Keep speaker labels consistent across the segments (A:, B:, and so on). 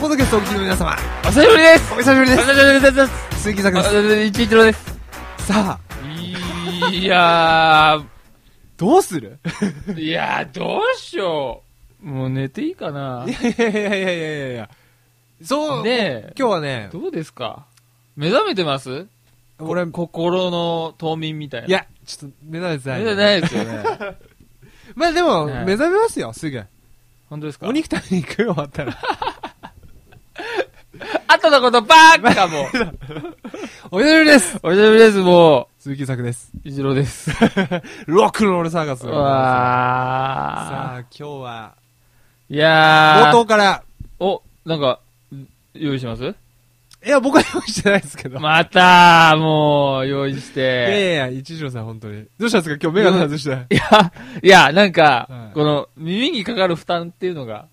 A: ポッドキャストをお聞きの皆様、
B: お久しぶりです
A: お久しぶりで
B: お
A: す。
B: 久しぶりです
A: 鈴木作
B: あ
A: です。
B: 一一郎です。
A: さあ、
B: いや
A: どうする
B: ー、いやー、どうしよう。もう寝ていいかない
A: やいやいやいやいやいやそう、
B: ねえ、
A: 今日はね、
B: どうですか目覚めてます
A: 俺、い
B: こ心の冬眠みたいな。、
A: や、ちょっと目覚めてない。
B: 寝てないですよ ね。
A: まあでも、
B: ね
A: 目覚めますよ、すぐ。
B: 本当ですか
A: お肉食べに行くよ、終わったら。
B: 後のことばーっか もう。
A: お久しぶりです。
B: お久しぶりです、も
A: 鈴木作 です。
B: う。一郎です。
A: ロックンロールサーカスを。さ
B: わ
A: あ、今日は、
B: ー。いや
A: 冒
B: ー。
A: 頭から、
B: お、なんか、用意します
A: いや、僕は用意してないですけど。
B: またー、もう、用意し
A: いやい
B: て。
A: やいや、一条さん、本当に。どうしたんですか今日メガネ外して。
B: いや、いや、なんか、
A: はい
B: この、耳にかかる負担っていうのが。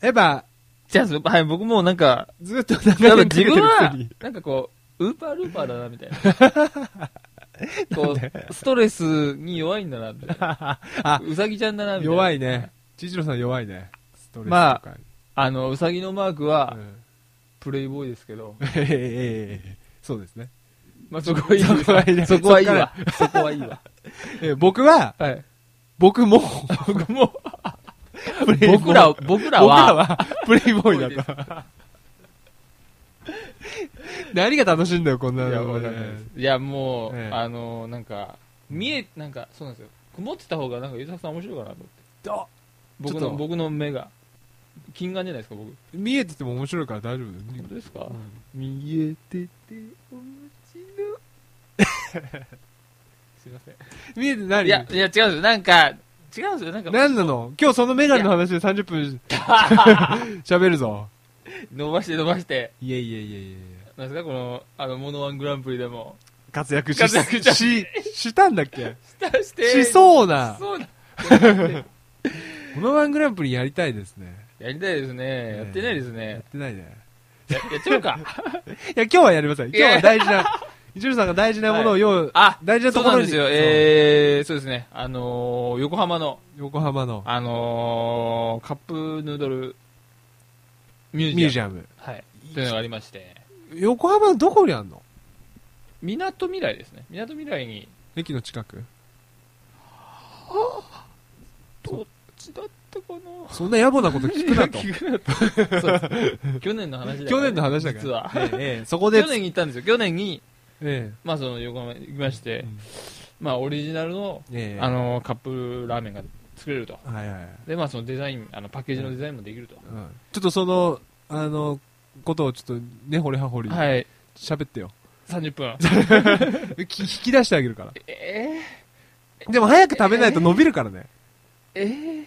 A: やっぱ、
B: じゃあ、はい、僕もうなんか、
A: ずっと長
B: 多分
A: 年かけて
B: 自
A: る
B: 分は
A: くせに。、
B: なんかこう、ウーパールーパーだな、みたい な。こう、ストレスに弱いんだな、みたいな。
A: あ、
B: うさぎちゃんだな、みたいな。
A: 弱いね。ちじろさん弱いね。ストレスとか。
B: まあの、うさぎのマークは
A: う、ん
B: プレイボーイですけど、
A: ええええええそうですね。
B: まあ、そこはいいわ
A: そこはいいね
B: そこはいいわ。そこはいいわ。
A: え僕は、
B: はい。
A: 僕も、
B: 僕も、
A: プレイボーイ
B: 僕ら、僕らは、
A: 僕らはプレイボーイだから。何が楽しいんだよ、こん
B: い
A: な
B: や、
A: の。
B: わかんないですいやもう、
A: ええ
B: あの、なんか、見え、なんか、そうなんですよ。曇ってた方が、なんか、ゆうさくさん面白いかなと思って。
A: あ
B: 僕
A: ちょっ
B: の、
A: と
B: 僕の目が。金眼じゃないですか、僕。
A: 見えてても面白いから大丈夫だよ
B: 本当ですか、
A: うん
B: 見えてておもちのすいませ ん
A: 見えてない
B: いやいや違うんですよなんか違うんですよなんか
A: 何なの今日そのメガネの話で30分 喋るぞ。
B: 伸ばして伸ばして
A: いえいえいえいえ
B: なんですかこのあのモノワングランプリでも
A: 活躍し
B: 活躍し
A: し、したんだっけ
B: 出して
A: し
B: う
A: そうな。
B: そうだ
A: このワングランプリやりたいですね。
B: やりたいですね、
A: え
B: やってないです
A: や っ
B: ね
A: てないね。
B: ややっちゃおうか
A: いや、今日はやりません。今日は大事な、 一郎さんが大事なものを用意、
B: あ
A: 大事なと
B: そう
A: こ
B: な
A: ろ
B: ん
A: に。
B: ですよ
A: そう
B: えー、そうですねあのー、横浜の
A: 横浜の
B: あのー、カップヌードルミュージアム
A: ミュージアム。
B: はいというのがありまして
A: 横浜のどこにあんの
B: みなとみらいですねみなとみらいに
A: 駅の近く。
B: どっちだったかな
A: そんな野暮なこと聞く なと。
B: 聞くなとそうです去年の話だから
A: 去年の話だから
B: 実は
A: ええええ、そこで
B: 去、年に行ったんですよ去年に、
A: え
B: まあ、その横浜に行きまして、
A: うん
B: まあ、オリジナルの、
A: えええ
B: あ、のカップラーメンが作れると
A: はいはいはい。
B: で、まあ、そのデザインあのパッケージのデザインもできると、
A: うんちょっとその、あの、ことをちょっと、ねほれはほり、
B: はい
A: 喋ってよ。
B: 30分
A: き引き出してあげるから。
B: え
A: でも早く食べないと伸びるからね。
B: ー、えー、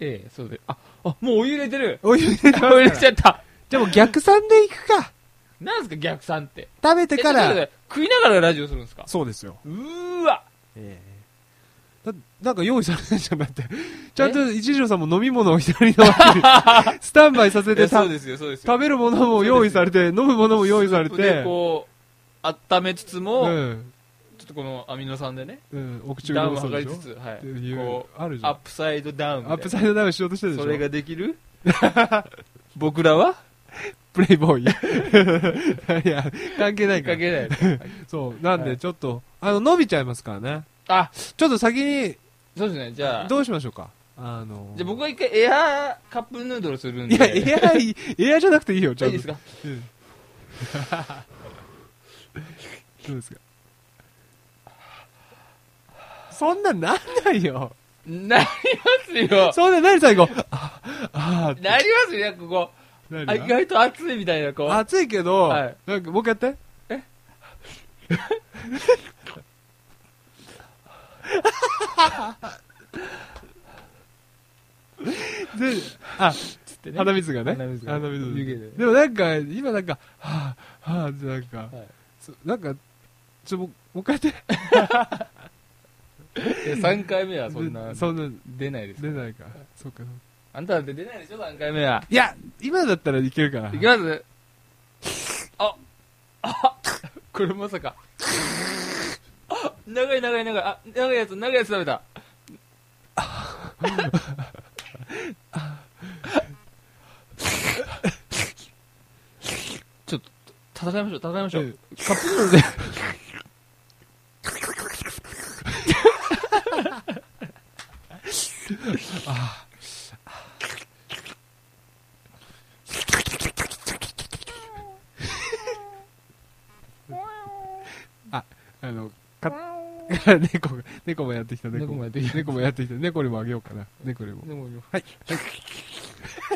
B: えー、そうでああもうお湯入れてる
A: お湯入れてます
B: あ
A: か
B: お湯入
A: ら
B: れちゃった
A: じゃあもう逆算でいくか。
B: なんですか逆算って
A: 食べてか
B: えちょっと待
A: ら。
B: って食いながらラジオするんですか
A: そうですよ。
B: うーわ
A: ええだなんか用意されないじゃんだって。ちゃんと一条さんも飲み物を左の脇 にスタンバイさせ
B: いや
A: てた
B: そうですよそうですよ
A: 食べるものも用意されて、飲むものも用意され
B: で
A: て、
B: こう温めつつも、
A: うん、
B: ちょっとこのアミノ酸でね
A: うん、お口を
B: ダウンを
A: 潤そう
B: 測
A: で
B: り
A: しょ
B: つつ、は
A: っ
B: い
A: ていう
B: こ、
A: ある
B: う
A: じゃん。
B: アップサイドダウン
A: アップ
B: イ
A: サイドダウンしようとしてるでしょ。
B: それができる 僕らは
A: プレイボーイ。 いや、関係ない
B: か
A: から。
B: けない
A: そう。なん
B: は
A: で、
B: い
A: ちょっと、あの、伸びちゃいますからね。
B: あ
A: ちょっと先に、
B: そうですねじゃあ
A: どうしましょうか。あの、
B: じゃあ僕が一回エアーカップヌードルするん
A: い
B: で
A: や、エア、いエアじゃなくていいよ、ちゃ
B: い
A: ん
B: い
A: と。
B: ですか
A: うん。どうですかそんなんなんないよ。
B: なりますよ
A: そんなん何最後ああーって
B: なりますよなんかこうあ
A: 何
B: 意
A: が
B: 外と熱いみたいなこう
A: 暑いけど、
B: はい
A: なんかもう一回やって。 えであ、
B: つってね
A: 鼻水がね。
B: 鼻水が湯気でね
A: でもなんか、今なんか、はぁ、はぁ、ってなんか、
B: はい
A: そなんか、ちょ、もうもう一回やって。
B: 3回目はそんな
A: そんな、
B: 出ないです
A: 出ないか。そうか。
B: あんたなんて出ないでしょ3回目はい
A: や、今だったらいけるから。
B: いきますああこれまさかあ長い長い長いあ長いやつ長いやつ食べた戦いましょう、戦いましょう。
A: カップヌードルで。あ、あの、か 猫が、猫もやってきた、猫
B: 猫も
A: も。
B: やってきた
A: 猫もやってきた、猫にもあげようかな、猫にも。
B: でも
A: はい。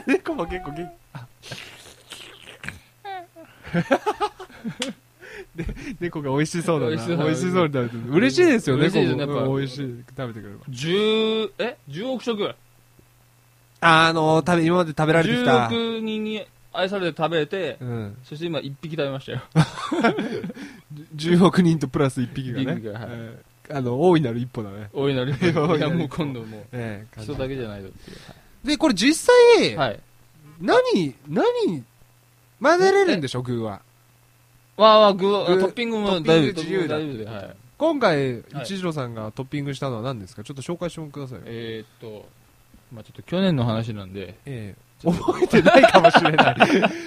A: 猫も結構元気。で猫が美味しそうだな。
B: 美
A: 美
B: 味しそうだな
A: 味しそうに食べてる。嬉しいですよね、
B: 嬉しいです
A: 猫
B: ねやっ
A: も
B: ぱ
A: うん美味しい。食べてくれれば。
B: 10、え ?10 億食
A: あの、食べ、今まで食べられてきた。
B: ?10 億人に愛されて食べて、
A: うん。
B: そして今1匹食べましたよ。
A: 10億人とプラス1匹がね。
B: 一匹がはい
A: えーあの、大いなる一歩だね。
B: お祈り。
A: い や
B: いや、もう今度もう、
A: ええ
B: 人だけじゃないぞってい
A: で、これ実際、
B: う。はい。
A: 何、何、混ぜれるんでしょ、具は。
B: わあわあ、具は、
A: 具
B: トッピングも
A: トッピング
B: 大丈夫、
A: 自由だ
B: トッピング大丈夫で、はい。
A: 今回、
B: はい
A: 一条さんがトッピングしたのは何ですかちょっと紹介してもくださいよ。
B: えー、っと、まあちょっと去年の話なんで、
A: ええ覚えてないかもしれ ない。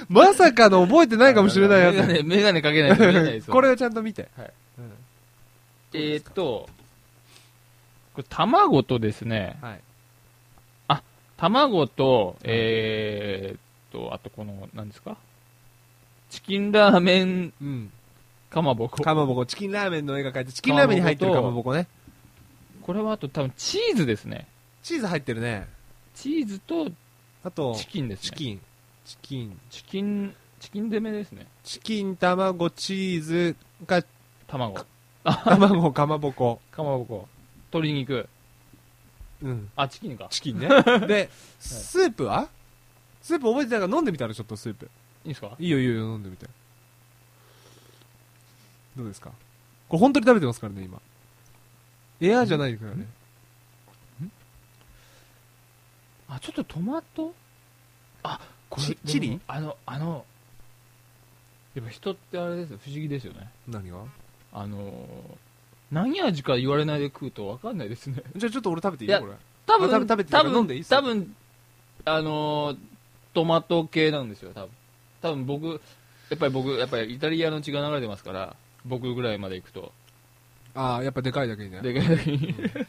A: まさかの覚えてないかもしれないや
B: メガネ、
A: つ。
B: メガネかけないと見えないですよ
A: これをちゃんと見て。
B: はい
A: うん
B: えー、っと、これ卵とですね、
A: はい。
B: 卵と、えー、っと、あとこの、何ですかチキンラーメン
A: うん。
B: かまぼこ。
A: かまぼこ、チキンラーメンの絵が描いて、チキンラーメンに入ってるか
B: か
A: ま
B: ま
A: ぼ
B: ぼ
A: こね。
B: これはあと多分チーズですね。
A: チーズ入ってるね。
B: チーズと
A: あと、
B: チキンです
A: チ
B: ね。
A: キン。チキン。
B: チキン、チキン攻めですね。
A: チキン、卵、チーズ、か、
B: 卵。
A: 卵、かまぼこ。
B: かまぼこ。鶏肉。
A: うん。
B: あ、チキンか。
A: チキ ンね。で、スープはスープ覚えてないから飲んでみたらちょっとスープ。
B: いいですか
A: いいよいいよ飲んでみて。どうですかこれ本当に食べてますからね、今。エアーじゃないからね。
B: あ、ちょっとトマトあ、これ
A: チ、チリ
B: でもあの、あの、やっぱ人ってあれですよ不思議ですよね。
A: 何が
B: あのー、何味か言われないで食うと分かんないですね。
A: じゃあちょっと俺食べていい
B: いや
A: これ。
B: 多
A: あ
B: 分、
A: 食べ食べて
B: 多
A: 飲んでいいっ
B: 分、
A: すよ
B: 多分、あのー、トマト系なんですよ、多分。多分僕、やっぱり僕、やっぱりイタリアの血が流れてますから、僕ぐらいまで行くと。
A: ああ、やっぱでかいだけにね。
B: で、行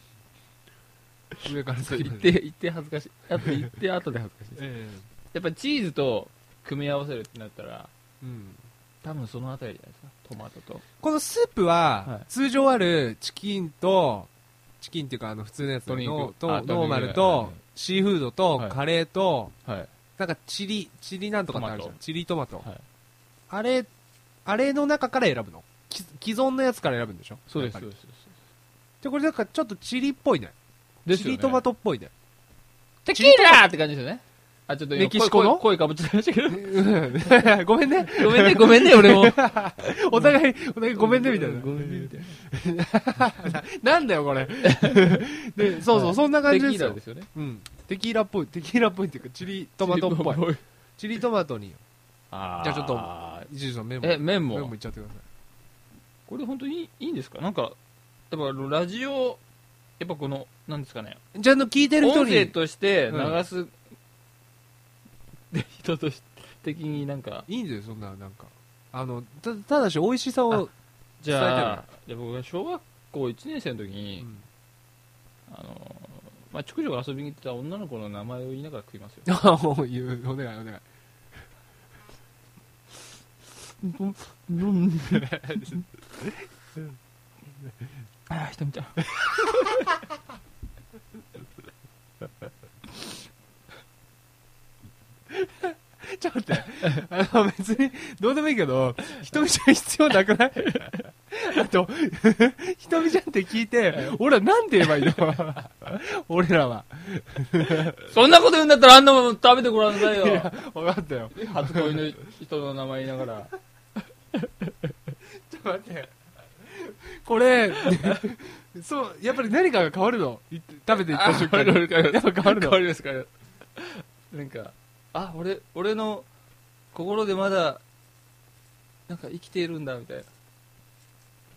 A: 上から先ま
B: っ
A: で。
B: て、行って恥ずかしい。やっぱ行って後で恥ずかしいです。
A: え
B: やっぱチーズと組み合わせるってなったら、
A: えうん。
B: 多分そのあたりじゃないですか、トマトと。
A: このスープは
B: は、
A: 通常あるチキンと、チキンっていうかあの普通のやつの
B: 鶏肉
A: と、
B: あ
A: ノーマル
B: 鶏
A: と
B: 肉ね、
A: シーフードと
B: は、い
A: カレーと、
B: はい。
A: なんかチリ、チリなんとかってあるじゃ
B: ト
A: ん。
B: マト
A: チリトマト
B: はい。
A: あれ、あれの中から選ぶのき既存のやつから選ぶんでしょ
B: そうです、
A: やっぱ
B: そ
A: り
B: うです。そうです
A: で、これなんかちょっとチリっぽいね。
B: です
A: チ
B: よね
A: リトマトっぽいね。
B: テキーラーって感じですよね。あ、ちょっと今
A: メキシコの
B: 声声声かぶっちゃいましたけ ど。
A: ごめんね。
B: ごめんね、ごめんね、 俺も。
A: お互い、お互いごめんね、みたいな。
B: ごめんね、みたいな。
A: なんだよ、これ。 で、そうそう、そんな感
B: テ
A: じで
B: キ
A: す
B: ーラ
A: よ
B: ーで。すよね。
A: うん。テキーラっぽい、テキーラっぽいっていうか、チリトマトっぽい。
B: い。
A: チリトマトに、
B: あー
A: じゃあちょっ一時さんメモ。
B: え、麺
A: メモ
B: も
A: いっ。ちゃってください。
B: これ本当にいいいいんですかなんか、やっぱラジオ、やっぱこの、なんですかね。
A: じゃあ、あの、聞いてる人
B: 音声
A: に、
B: として
A: う
B: 流
A: ん
B: す、人として、的になんか、
A: いいんだよ、そんな、なんか。あの、たただし、美味しさを、
B: じ
A: 伝え
B: ゃ
A: た
B: あ、じゃあ僕が小学校1年生の時
A: う
B: に、
A: ん
B: あのー、まあ、畜女が遊びに行ってた女の子の名前を言いながら食いますよ。
A: お願い、お願 い。
B: ああ、人見た。
A: ちょっと待って、あの別にどうでもいいけど、人見ちゃん必要なくないあと、人見ちゃんって聞いて、俺らなんて言えばいいの俺らは。
B: そんなこと言うんだったらあんなもん食べてごらんなさい
A: い
B: よ。
A: や、分かったよ。
B: 初恋の人の名前言いなが ら。
A: ちょっと待って。これ、そう、やっぱり何かが変わるの。い食べていった瞬間に。やっぱ変わる
B: 変
A: の
B: わ。ります変わりますなんか、あ、俺、俺の心でまだ、なんか生きているんだ、みたいな。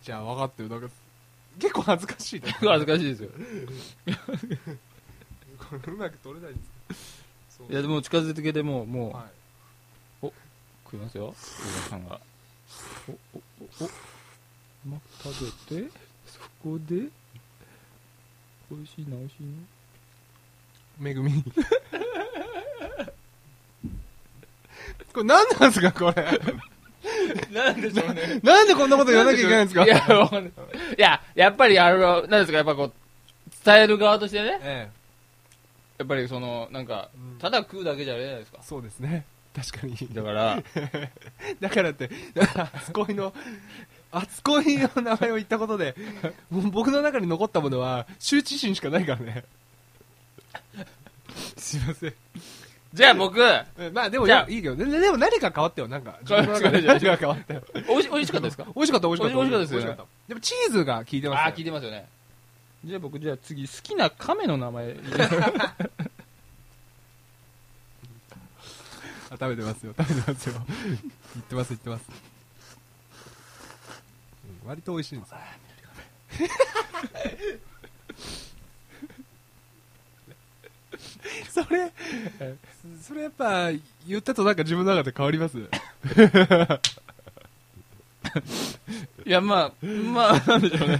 A: じゃあ分かってる。なんか、結構恥ずかしいね。
B: 恥ずかしいですよ。
A: これうまく取れないんですけど
B: いや、でも近づいてきてもう、もう、
A: は
B: 食いますよ。お母さんが。
A: おおま食べてそこで美味しいな美味しいなめぐみ これ何なんすかこれ
B: なんでしょうね。
A: なんでこんなこと言わなきゃいけないんですか
B: い や、わかんないいや、やっぱりあの、なんですか、やっぱこう、伝える側として ね、
A: ええ
B: やっぱりその、なんか、
A: うん
B: ただ食うだけじゃあれじゃないですか。
A: そうですね確かに
B: だから、
A: だからって、初恋の、初恋の名前を言ったことで、もう僕の中に残ったものは、羞恥心しかないからね。すいません
B: じゃあ僕、
A: え。まあでも
B: じゃあ
A: いいけど、ででも何か変わったよ、なんか。自
B: 変わ
A: 分
B: り
A: の
B: ま し
A: 中
B: た
A: で何か変わったよ。
B: おいし、おいしかったです か
A: 美味しかった、美味しかった。
B: 美味しかったです
A: 美
B: よね
A: 味かったでもチーズが効いてます
B: あ
A: よ
B: あー、聞いてますよね。じゃあ僕、じゃあ次、好きな亀の名前。
A: あ食べてますよ、食べてますよ。言ってます、言ってます。うん割と美味しいんですよ。それ、それやっぱ言ったとなんか自分の中で変わります。
B: いや、まあ、まあ、なんでしょうね。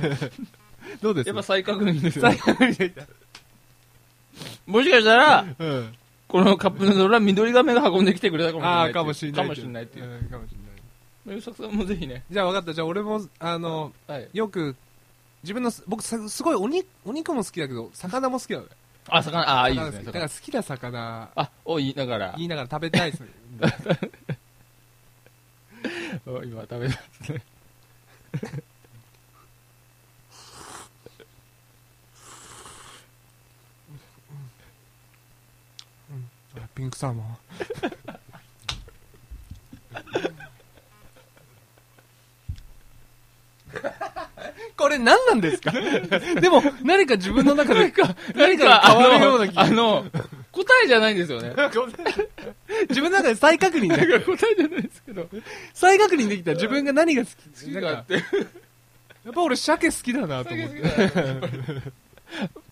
A: どうです
B: やっぱ再確認ですよ、
A: 最
B: ね。
A: 後に言った
B: もしかしたら、
A: うん。
B: このカップヌードルは緑亀が運んできてくれたかもしれな
A: あ
B: いって
A: あ、か
B: う。
A: もしれない。
B: かもしれないっていう。
A: うんかもしれない。
B: ゆさくさんもぜひね。
A: じゃあ分かった。じゃあ俺も、あの、
B: はい。
A: よく、自分のす、僕さすごいお肉お肉も好きだけど、魚も好きなのね。
B: あ、魚、あーいいですね。
A: だから
B: 魚
A: 好きな魚
B: あ、お、いい、だから。
A: 言いながら食べたいですね
B: お今食べますね。
A: あ ピンクサーモン これ何なんですかでも何か自分の中で
B: 何
A: か変わるような気が
B: あの、答えじゃないんですよね。
A: 自分の中で再確認
B: だか
A: で
B: ら 答えじゃないですけど。好
A: 再確認できた自分が何が好き
B: き
A: だ
B: だ
A: か
B: から
A: や
B: って。
A: っぱ俺鮭好きだなと思って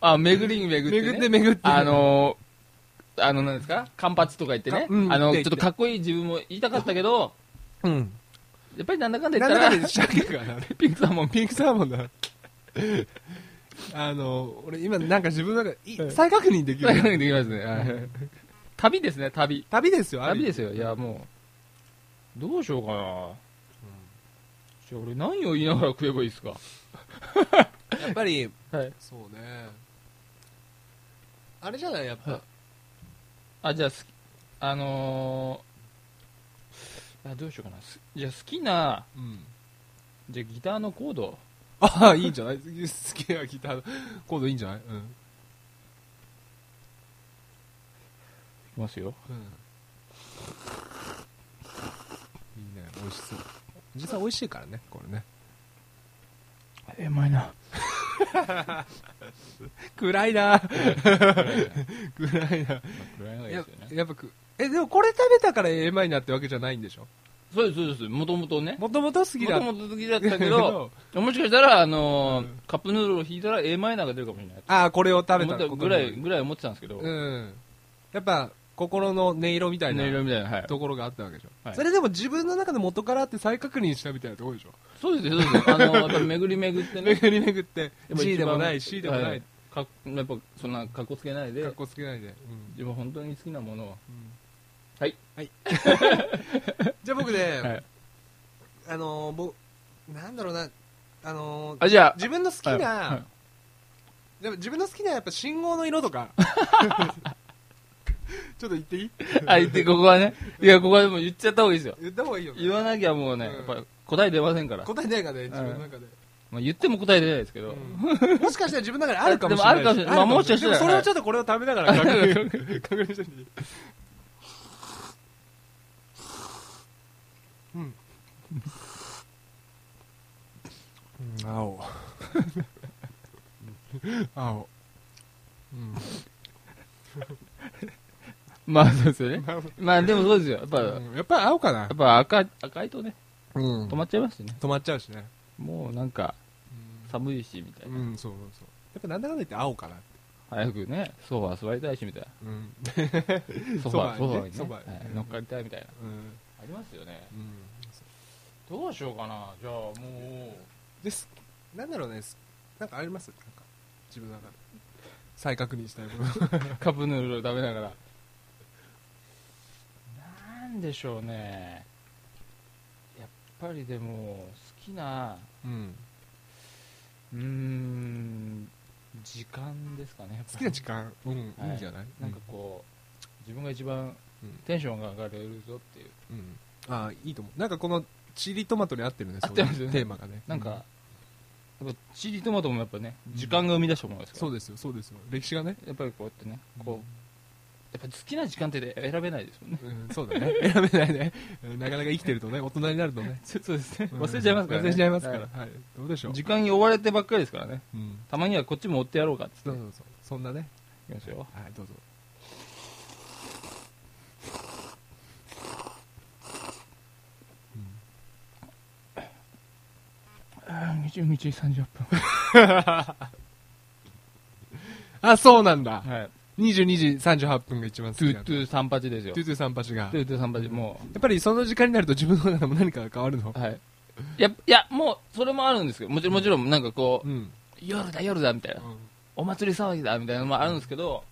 B: あ、巡りに巡って、
A: 巡
B: ね。
A: って巡って
B: あのー、あの、なんですかカンパチとか言ってね。
A: かうん
B: あの、
A: って言
B: ちょっ
A: って
B: とかっこいい自分も言いたかったけど、
A: うん
B: やっぱりなんだかんだ言
A: なん
B: っ
A: だ
B: たら、
A: かんだ鮭かな
B: ピンクさんも
A: ピンクサーモンだあの俺今なんか自分の中でい再確認でき
B: そういうふう
A: る
B: にできますねはい。旅ですね、旅。
A: 旅ですよある意
B: 旅
A: 味
B: ですよ。いや、もう、どうしようかな。じゃあ俺何を言いながら食えばいいですか
A: やっぱり
B: はい。
A: そうねあれじゃないやっぱ、
B: はいあ、じゃあ、すきあのー、あどうしようかな。すじゃあ好きな、
A: うん
B: じゃあギターのコード。
A: ああいいんじゃない好きなギターのコードいいんじゃないうん、
B: いきますよ。
A: うん、いいね美味しそう実際美味しいからねこれね
B: え、マイナ
A: 暗いな
B: ー。
A: 暗いな
B: 暗いのがいいで
A: や
B: すよね。
A: やっぱくえでもこれ食べたから A マイナーってわけじゃないんでしょ
B: そうです、そうです。もともとね。も
A: もともと好きだ
B: ともと好きだったけど、 もしかしたら、あのーカップヌードルを弾いたら A マイナーが出るかもしれない。
A: ああこれを食べ
B: 思
A: た
B: った
A: こと
B: ぐ
A: に
B: らい、ぐらい思ってたんですけど、
A: うんやっぱ心の音色みたいな
B: 音色みたいな、はい。
A: ところがあったわけでしょ、
B: はい
A: それでも自分の中で元からあって再確認したみたいなところでし ょ
B: そうですよ、そうですよ。あの、やっぱ巡り巡ってね。
A: 巡り巡って G でもな
B: やっぱ一番
A: い C でもな、
B: はいかやっぱ、そんな格好つけないで
A: かっ、こつけないで、
B: 自分本当に好きなものを。
A: はい、はい、 じゃあ僕ね、
B: はい
A: あのー、ぼなんだろうなあのー
B: あ、じゃあ、
A: 自分の好きな、
B: はいはい
A: でも自分の好きなやっぱ信号の色と かちょっと言っていい
B: あ、言って、ここはね。いや、ここはでも言っちゃった方がいいですよ。
A: 言った方がいいよね
B: 言わなきゃもうね、
A: うん
B: やっぱ答え出ませんから。
A: 答えないからね自分の中で、
B: まあ、言っても答え出ないですけど。
A: うんもしかしたら自分の中であるかもしれないし。
B: でもあるかもしれないまあもしかしたら
A: でそれをちょっとこれを食べながら確認確認してみていいうん。 青。青。
B: まあ、そうですよ
A: う
B: ね
A: ん。。
B: まあ、でもそうですよ。やっぱ、や
A: やっぱり青かな
B: っ。ぱ赤い、赤いとね、
A: うん
B: 止まっちゃいますね。
A: 止まっちゃうしね。
B: もうなんか、寒いし、みたいうな。
A: ん、そうそうそう。やっぱなんだかんだ言って青かな。
B: 早くね、ソファー座りたいし、みたいな。
A: うん。
B: ソファ ー、
A: ソ フ
B: ソフ
A: ァー
B: ァ
A: にね
B: ーにね
A: ソファーに
B: はい乗っかりたいみたいな。
A: うん。
B: ありますよね。
A: うん。
B: どうしようかなじゃあも
A: ですなんだろうねすなんかありますなんか自分の中で再確認したいこと
B: うカップヌードル食べながらなんでしょうねやっぱりでも好きな
A: うん
B: うーん時間ですかねやっぱ
A: 好きな時間うん、
B: はい
A: い、いんじゃない
B: なんかこう自分が一番
A: うん
B: テンションが上がれるぞっていう
A: うん、うんああいいと思うなんかこのチリトマトに合ってるね
B: 合ってます
A: そういう
B: ね
A: テーマがね
B: なん
A: うん
B: か、やっぱチリトマトもやっぱね時間が生み出したものですから、
A: そうですよそうですよ歴史がね
B: やっぱりこうやってねこう、やっぱ好きな時間って選べないですもんね
A: うん、そうだね 選べないねうんなかなか生きてるとね大人になるとね
B: そうですね
A: うん
B: 忘れちゃいますから、ね、
A: 忘れちゃいますから、
B: は
A: はい、どうでしょう
B: 時間に追われてばっかりですからね
A: うん
B: たまにはこっちも追ってやろうかっつって
A: そうそうそうそんなね
B: いきますよ
A: はいどうぞ
B: 22時30分
A: あそうなんだ、
B: はい
A: 22時38分が一番好
B: ト
A: き
B: ゥ
A: なんだ
B: ートゥー三八ですよ
A: ト
B: ト
A: ゥー
B: ゥ
A: トゥーさんパチがや
B: ートゥー三八も
A: っぱりその時間になると自分の中でも何かが変わるの
B: うはいやっぱいやもうそれもあるんですけどもちろんもちろんなんかこう、
A: うん、
B: 夜だ夜だみたいなお祭り騒ぎだみたいなのもあるんですけど、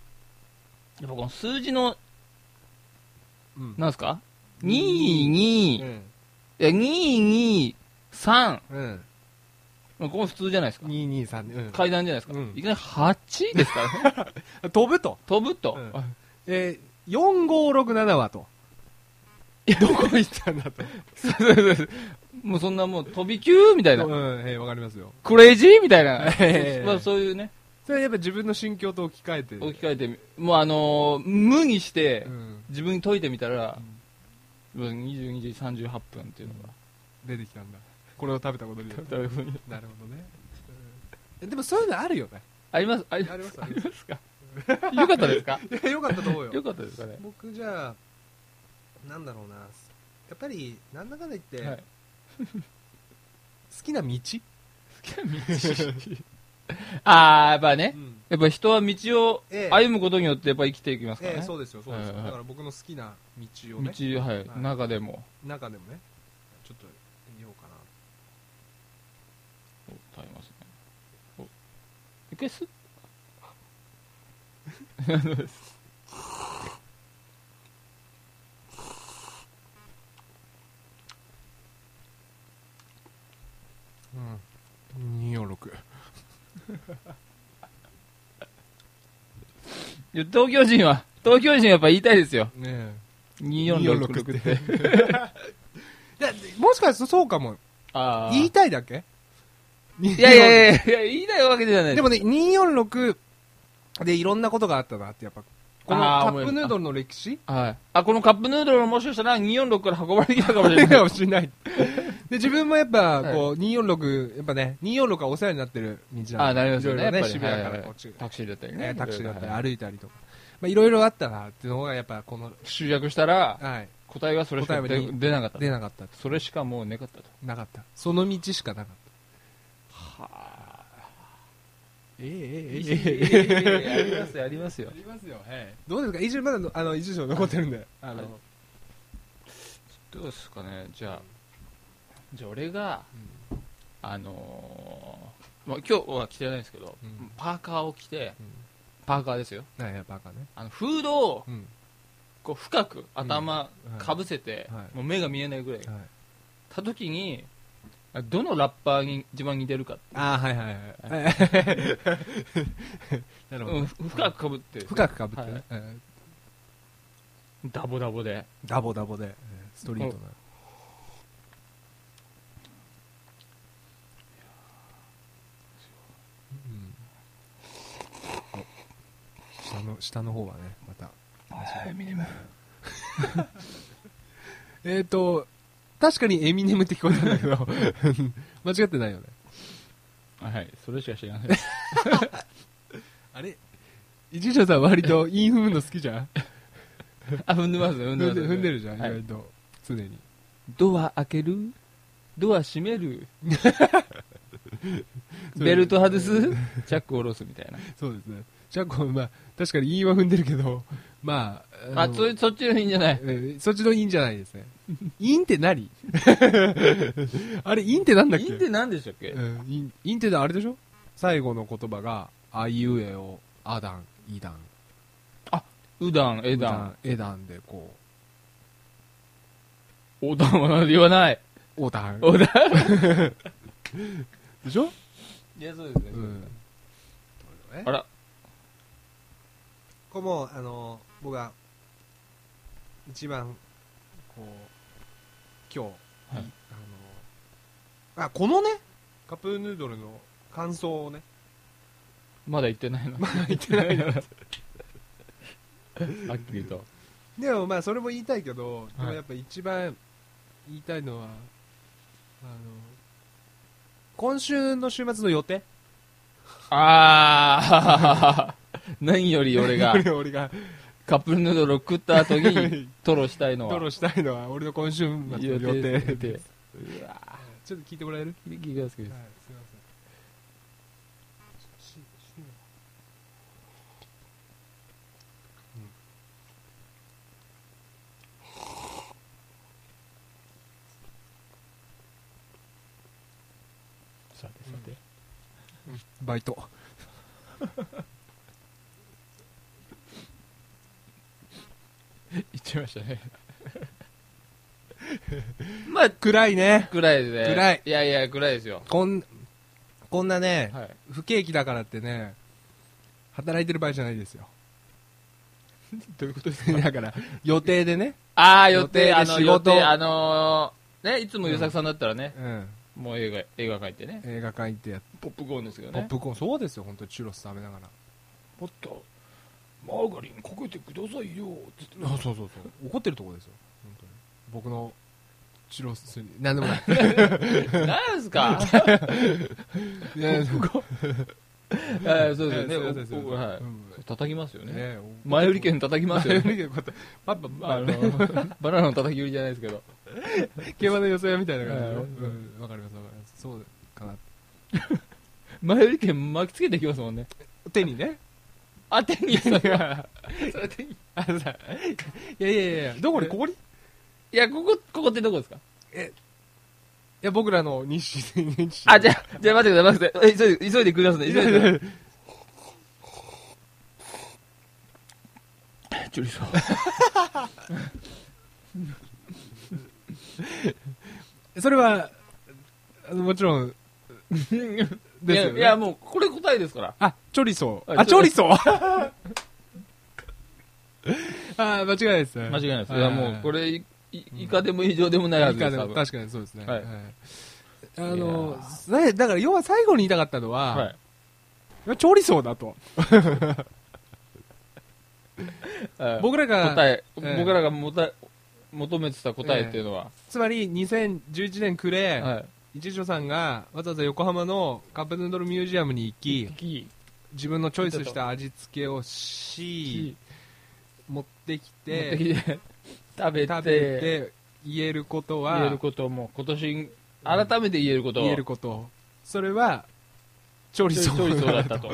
B: やっぱこの数字の、
A: うん
B: なんですか
A: うん
B: ?22、いや、223、
A: うん、
B: まあここ普通じゃないですか。
A: 223ね、
B: 階段じゃないですか。
A: うん
B: いきなり8ですか らね。
A: うん、飛ぶと、
B: 飛ぶと。
A: うん
B: あ
A: えー、4567はとどこ行ったんだ と
B: そうそうそうそうもうそんなもう飛び級みたいな。
A: うん、えーわかりますよ
B: クレイジーみたいな。
A: ええ
B: まあそういうね、
A: それはやっぱ自分の心境と置き換えて
B: 置き換えてみ、もうあのー無にして、
A: うん、
B: 自分に解いてみたら、まあ22時38分っていうのが。
A: 出てきたんだこれ を食べたことによって
B: だいぶ
A: なるほどね、うん、でもそういうのあるよね
B: あります、あり
A: あ
B: ま
A: ります す
B: あ
A: あ
B: り
A: り
B: ますか。 よかったで すか
A: いやよかったと思う
B: よ
A: よ
B: かったですかね。
A: 僕じゃあなんだろうなやっぱりなんだかんだ言って、
B: はい
A: 好。きな道、
B: ああ、やっぱね
A: う。ん
B: やっぱ人は道を
A: ええ
B: 歩むことによってやっぱ生きていきますから
A: え
B: ね。
A: えそうですよそうですよ、
B: はいはい
A: だから僕の好きな道をね
B: 道、はいい。中でも。
A: 中でもねちょっと見ようかな
B: 食べますね。お一回すっ。
A: うん246
B: いや東京人は、東京人はやっぱ言いたいですよ。
A: ね
B: 2466って。
A: えだもしかしてそうかも
B: ああ。
A: 言い
B: い
A: たいだけい
B: やいやいやいや、言いたいわけじゃない
A: でもね、246でいろんなことがあったなって、やっぱ、この
B: あー
A: カ
B: 思い
A: ップヌードルの歴史
B: はい。あ、このカップヌードルももしかしたら246から運ばれてきたかも しれない。
A: かもしれない。で、自分もやっぱ、
B: はい
A: こう、246、やっぱね、246はお世話になってる道なんで
B: ああ、なりますよね。
A: い
B: や
A: ろいろ
B: っぱ
A: ね、
B: り
A: 渋谷か
B: は
A: ら
B: いはい
A: こっち、
B: タクシーだったり
A: ね
B: ね。
A: タクシーだった
B: はい
A: り歩いたりとか、まあいろいろあったなっていうのが、やっぱ、この、
B: 集約したら、
A: はい、
B: 答えがそれしか
A: 答えは
B: 出出なかった
A: 出なかった。
B: それしかもうなかったと
A: なかった。その道しかなかった。
B: はあ
A: ええ
B: え
A: えええ
B: えありますよありますよ
A: ありますよ、はい。どうですか移住、まだの、あの、移住証残ってるんで。あの、
B: はいどうですかねじゃあじゃあ俺があのーまあ、今日は着てないんですけど、
A: うん
B: パーカーを着てパーカーですよ
A: うん。はい、やっぱ赤ね。
B: あのフードを
A: うん。
B: こう深く頭
A: うんはい
B: かぶせて、
A: はい
B: もう目が見えないぐらい
A: はい。
B: た時にあどのラッパーに一番似てるか、
A: ああ、はいはいはい。 なるほど。
B: うん、ふ深くかぶってる
A: 深くかぶって
B: はい
A: ね。うん
B: ダボダボで
A: ダボダボで、ストリートな。うん下の、下の方はね、また。
B: エミネム
A: えっと、確かにエミネムって聞こえたんだけど、 間違ってないよね。
B: はいそれしか知らない
A: あれ一条さん割 とインフムの好きじゃん
B: あ、踏んでます、踏ん
A: 踏
B: でま
A: ん
B: す。
A: で踏んでるじゃん、意
B: はい
A: 外と。常に。
B: ドア開けるドア閉め るベルト外すチャック下ろすみたいな。
A: そうですね。じゃこまあ、確かに言いは踏んでるけど、まあ、
B: あ、
A: の
B: そ、そっちのいいんじゃない
A: うんそっちのいいんじゃないですね。いんって何 あれ、いんってなんだっけ
B: いいって何でしたっけ
A: うん、インインテってあれでしょ最後の言葉が、あいうえお、あだん、いだん、
B: うだん、えだん。
A: ん、えだんで、こ
B: おだんは言わない。
A: う、おだん。
B: おだん。
A: でしょ
B: いや、そうですね。
A: うん。
B: あら、
A: これも、あの、僕が、一番、こう、今日、
B: は
A: あ
B: い
A: の、あ、このね、カップヌードルの感想をね、
B: ま だ言ってないの。
A: まだ言ってないの。
B: はっきりと。
A: でもまあそれも言いたいけど、でも
B: はい
A: やっぱ一番言いたいのはあの今週の週末の予定
B: あー、 何より俺が
A: 俺が
B: カップヌードルを食った後にトロしたいの
A: ド
B: は
A: ロ。したいのは俺の今週末の予定
B: 予定
A: です
B: うわ
A: ちょっと聞いてもらえる
B: ー、聞いてください
A: はいすいませんしし
B: さてさて。
A: バイト
B: 言っちゃいましたね。まあ、
A: 暗いね
B: 暗いですね。
A: 暗い
B: いやいや、暗いですよ。
A: こんこんなね、
B: はい。
A: 不景気だからってね働いてる場合じゃないですよどういうことですかだから予定でね、
B: ああ、予
A: 予定
B: 定、
A: で
B: あの、
A: 仕
B: 予
A: 事
B: 定、あのー、ね、いつも優作さんだったらね、
A: うん、
B: もう映画、映画描いてね、
A: 映画館行ってやっ
B: ポップコーンですけど
A: ポッ
B: ね。
A: プコーン、そうですよ、本当にチュロス食べながら。
B: もっと、マーガリンかけてくださいよ、つって
A: あそうそうそう。怒ってるとこですよ、本当に。僕のチュロスに、なんでもない。
B: なんすか
A: いやいや
B: えそうです
A: え
B: よ
A: え
B: ね
A: そうですそう
B: お。
A: です
B: おは
A: うん
B: い。叩きますよ
A: ね
B: ね。
A: えお
B: 前売り券叩きますよ
A: 前
B: ね。
A: 売り券こうやってパッパッパ
B: あ
A: ッ
B: の
A: ね、
B: バナナの叩き売りじゃないですけど。
A: 競馬の予想屋みたいな感じでしょ。
B: え
A: う
B: え
A: ん、わかりますわかります。そうかな。
B: 前売り券巻きつけてきますもんね。
A: 手にね。
B: あ、手に。 それは手に。
A: あのさ、いやいやいやいや、どこにここにい
B: いや、ここ、ここってどこですか
A: や、僕らの日誌、日誌。
B: あ、じゃあ、じゃあ待ってください、待ってください。急いで、急いでくださいね。急いでください。チュリソー。
A: それは、あのもちろん、ですよね
B: いや、いやもう、これ答えですから。
A: あ、チョリソー。
B: あ
A: あ、チョリソー あー、間違いないですね。
B: 間違いないです。いや、もう、こ
A: れ、
B: れ、いいいかでも異常でもないはず
A: 以下
B: です。
A: で
B: 多
A: も
B: 分
A: 確かにそうですね。
B: はい
A: あの、ねだから要は最後に言いたかったのは、
B: はい。
A: チョリソーだと。
B: えー
A: 僕らが、
B: 答え、
A: ええ
B: 僕らがもた求めてた答えっていうのは、
A: つまり2011年暮れ、
B: はい。
A: 一条さんがわざわざ横浜のカップヌードルミュージアムに行 き、
B: き、
A: 自分のチョイスした味付けをし、
B: き、
A: 持ってき
B: 持って
A: て、
B: きて、食べ
A: 食べ
B: て、
A: て、言えることは、
B: 言えることも、今年、改めて言えること
A: 言えることそれは調理
B: チ
A: 層
B: ョイ スだったと。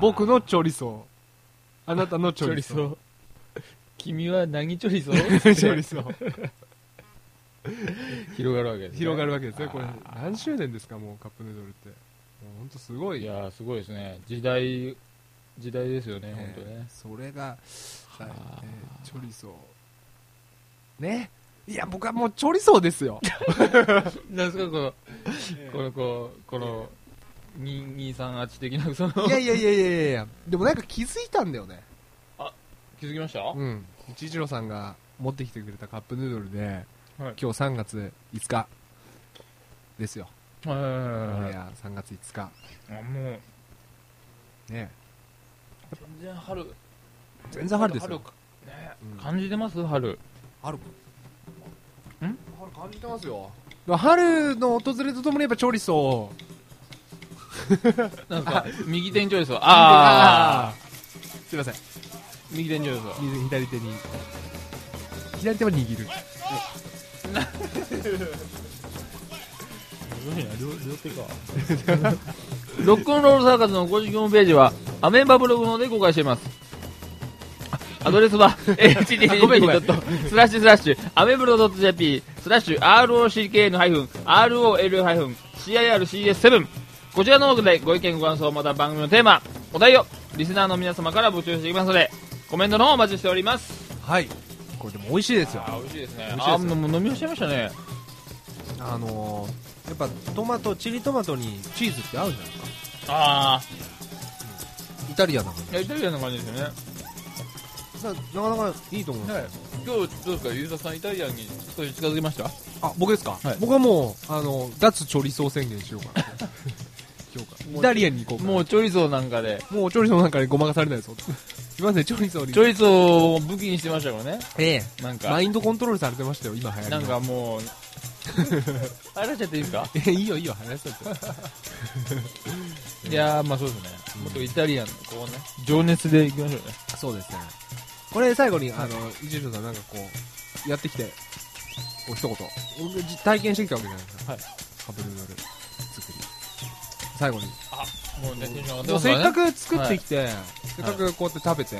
A: 僕の調理層あなたの
B: チ
A: 調
B: ョ
A: 理
B: リ
A: 層
B: ソ君は何チ ョリソ
A: 調理層
B: 広がるわけです、ね、
A: 広がるわけですね
B: あー
A: これ何周年ですかもうカップヌードルってもう本当すごい
B: いやーすごいですね時代時代ですよね
A: ね
B: 本当ね
A: それが、はい
B: あー
A: えー調理層ねいや僕はもう調理層です よ
B: なんですかこの
A: え
B: このこうこの238的なその
A: いやいやいやいやいやいやでもなんか気づいたんだよね
B: 気づきました、
A: うん一次郎さんが持ってきてくれたカップヌードルで
B: はい
A: 今日3月5日ですよ
B: はいはいはいはい
A: いや3月5日
B: あもう
A: ね
B: 全然春
A: 全然春ですよ
B: かね、
A: うん
B: 感じてます春
A: 春ん
B: ん
A: 春感じてますよ春の訪れとともにやっぱ調理層
B: なんか右手にチョイスをああ
A: すいません
B: 右手にチョイスを
A: 右左手に左手は握る
B: すごいな両手かロックンロールサーカスの公式ホームページは、アメンバブログの方で公開しています。 あアドレスは、
A: ごめんごめん
B: http:// スラッシュスラッシュ、アメブロ .jp、スラッシュ ROCKN-ROL-CIRCS7。こちらの方でご意見ご感想、また番組のテーマ、お題を、リスナーの皆様から募集していきますので、コメントの方お待ちしております。
A: はいこれでも美味しいですよ
B: 美味しいですね
A: 美味しい
B: あ
A: で
B: ー、
A: す
B: もう飲み干しちゃいましたね。
A: あのー、やっぱトマトチリトマトにチーズって合うじゃないですか
B: あ
A: イタリアンな感
B: あ、イタリアンな感じですよね。
A: じななかなかいいと思います、
B: 今日どうですか、ゆうたさん、イタリアンに少し近づきました
A: あ僕ですか、
B: はい
A: 僕はもうあの脱チョリソー宣言しようかな今日からイタリアンに行こうかな
B: もうチョリソーなんかで、
A: もうチョリソーなんかにごまかされないぞ すいませんチョリソーに
B: チョリソーを武器にしてましたからね、
A: ええ
B: なんか
A: マ、インドコントロールされてましたよ今流行り
B: な
A: の
B: んかもう、 あらしちゃっていいですか
A: え えいいよいいよ話そうよ
B: いやー、まあそうですね、もっとイタリアンの、こうね、情熱でいきましょうね。
A: そうですねこれ最後にあの伊集院さんなんかこうやってきてこう一言僕じ体験してきたわけじゃないですか
B: はい
A: カブルナル作り最後に
B: もうね、テンション上がって
A: でも
B: ます
A: せ
B: か
A: っ
B: ら
A: か
B: ね
A: く作ってきて、せっかくこうやって食べて、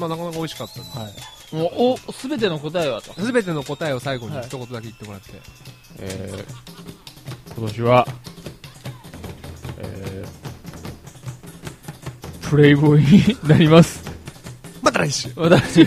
A: まあなかなか美味しかったんで、
B: はい、もう、お、すべての答えはと。
A: すべての答えを最後に
B: はい
A: 一言だけ言ってもらって、
B: えー、今年は、えー、プレイボーイになります。
A: また来週
B: 私、